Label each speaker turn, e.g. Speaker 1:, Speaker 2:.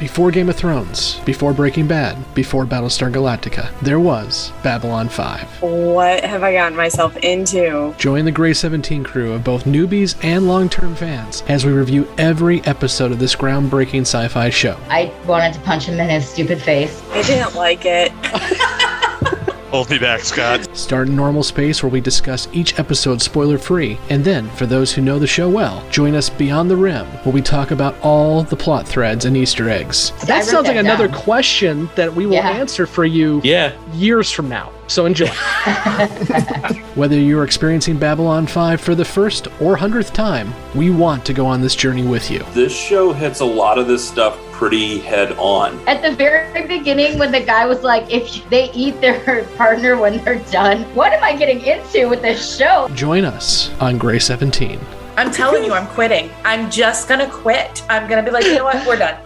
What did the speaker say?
Speaker 1: Before Game of Thrones, before Breaking Bad, before Battlestar Galactica, there was Babylon 5.
Speaker 2: What have I gotten myself into?
Speaker 1: Join the Grey 17 crew of both newbies and long term fans as we review every episode of this groundbreaking sci fi show.
Speaker 3: I wanted to punch him in his stupid face.
Speaker 2: I didn't like it.
Speaker 4: Hold me back, Scott.
Speaker 1: Start in normal space where we discuss each episode spoiler free, and then, for those who know the show well, join us beyond the rim where we talk about all the plot threads and Easter eggs.
Speaker 3: See, I
Speaker 1: That
Speaker 3: wrote
Speaker 1: sounds like
Speaker 3: that
Speaker 1: another
Speaker 3: down.
Speaker 1: question that we will
Speaker 3: Yeah.
Speaker 1: answer for you
Speaker 4: Yeah.
Speaker 1: years from now. So enjoy. Whether you're experiencing Babylon 5 for the first or hundredth time, we want to go on this journey with you.
Speaker 5: This show hits a lot of this stuff pretty head on.
Speaker 3: At the very beginning, when the guy was like, if they eat their partner when they're done, what am I getting into with this show?
Speaker 1: Join us on Gray 17.
Speaker 6: I'm telling you, I'm quitting. I'm just gonna quit. I'm gonna be like, you know what? We're done.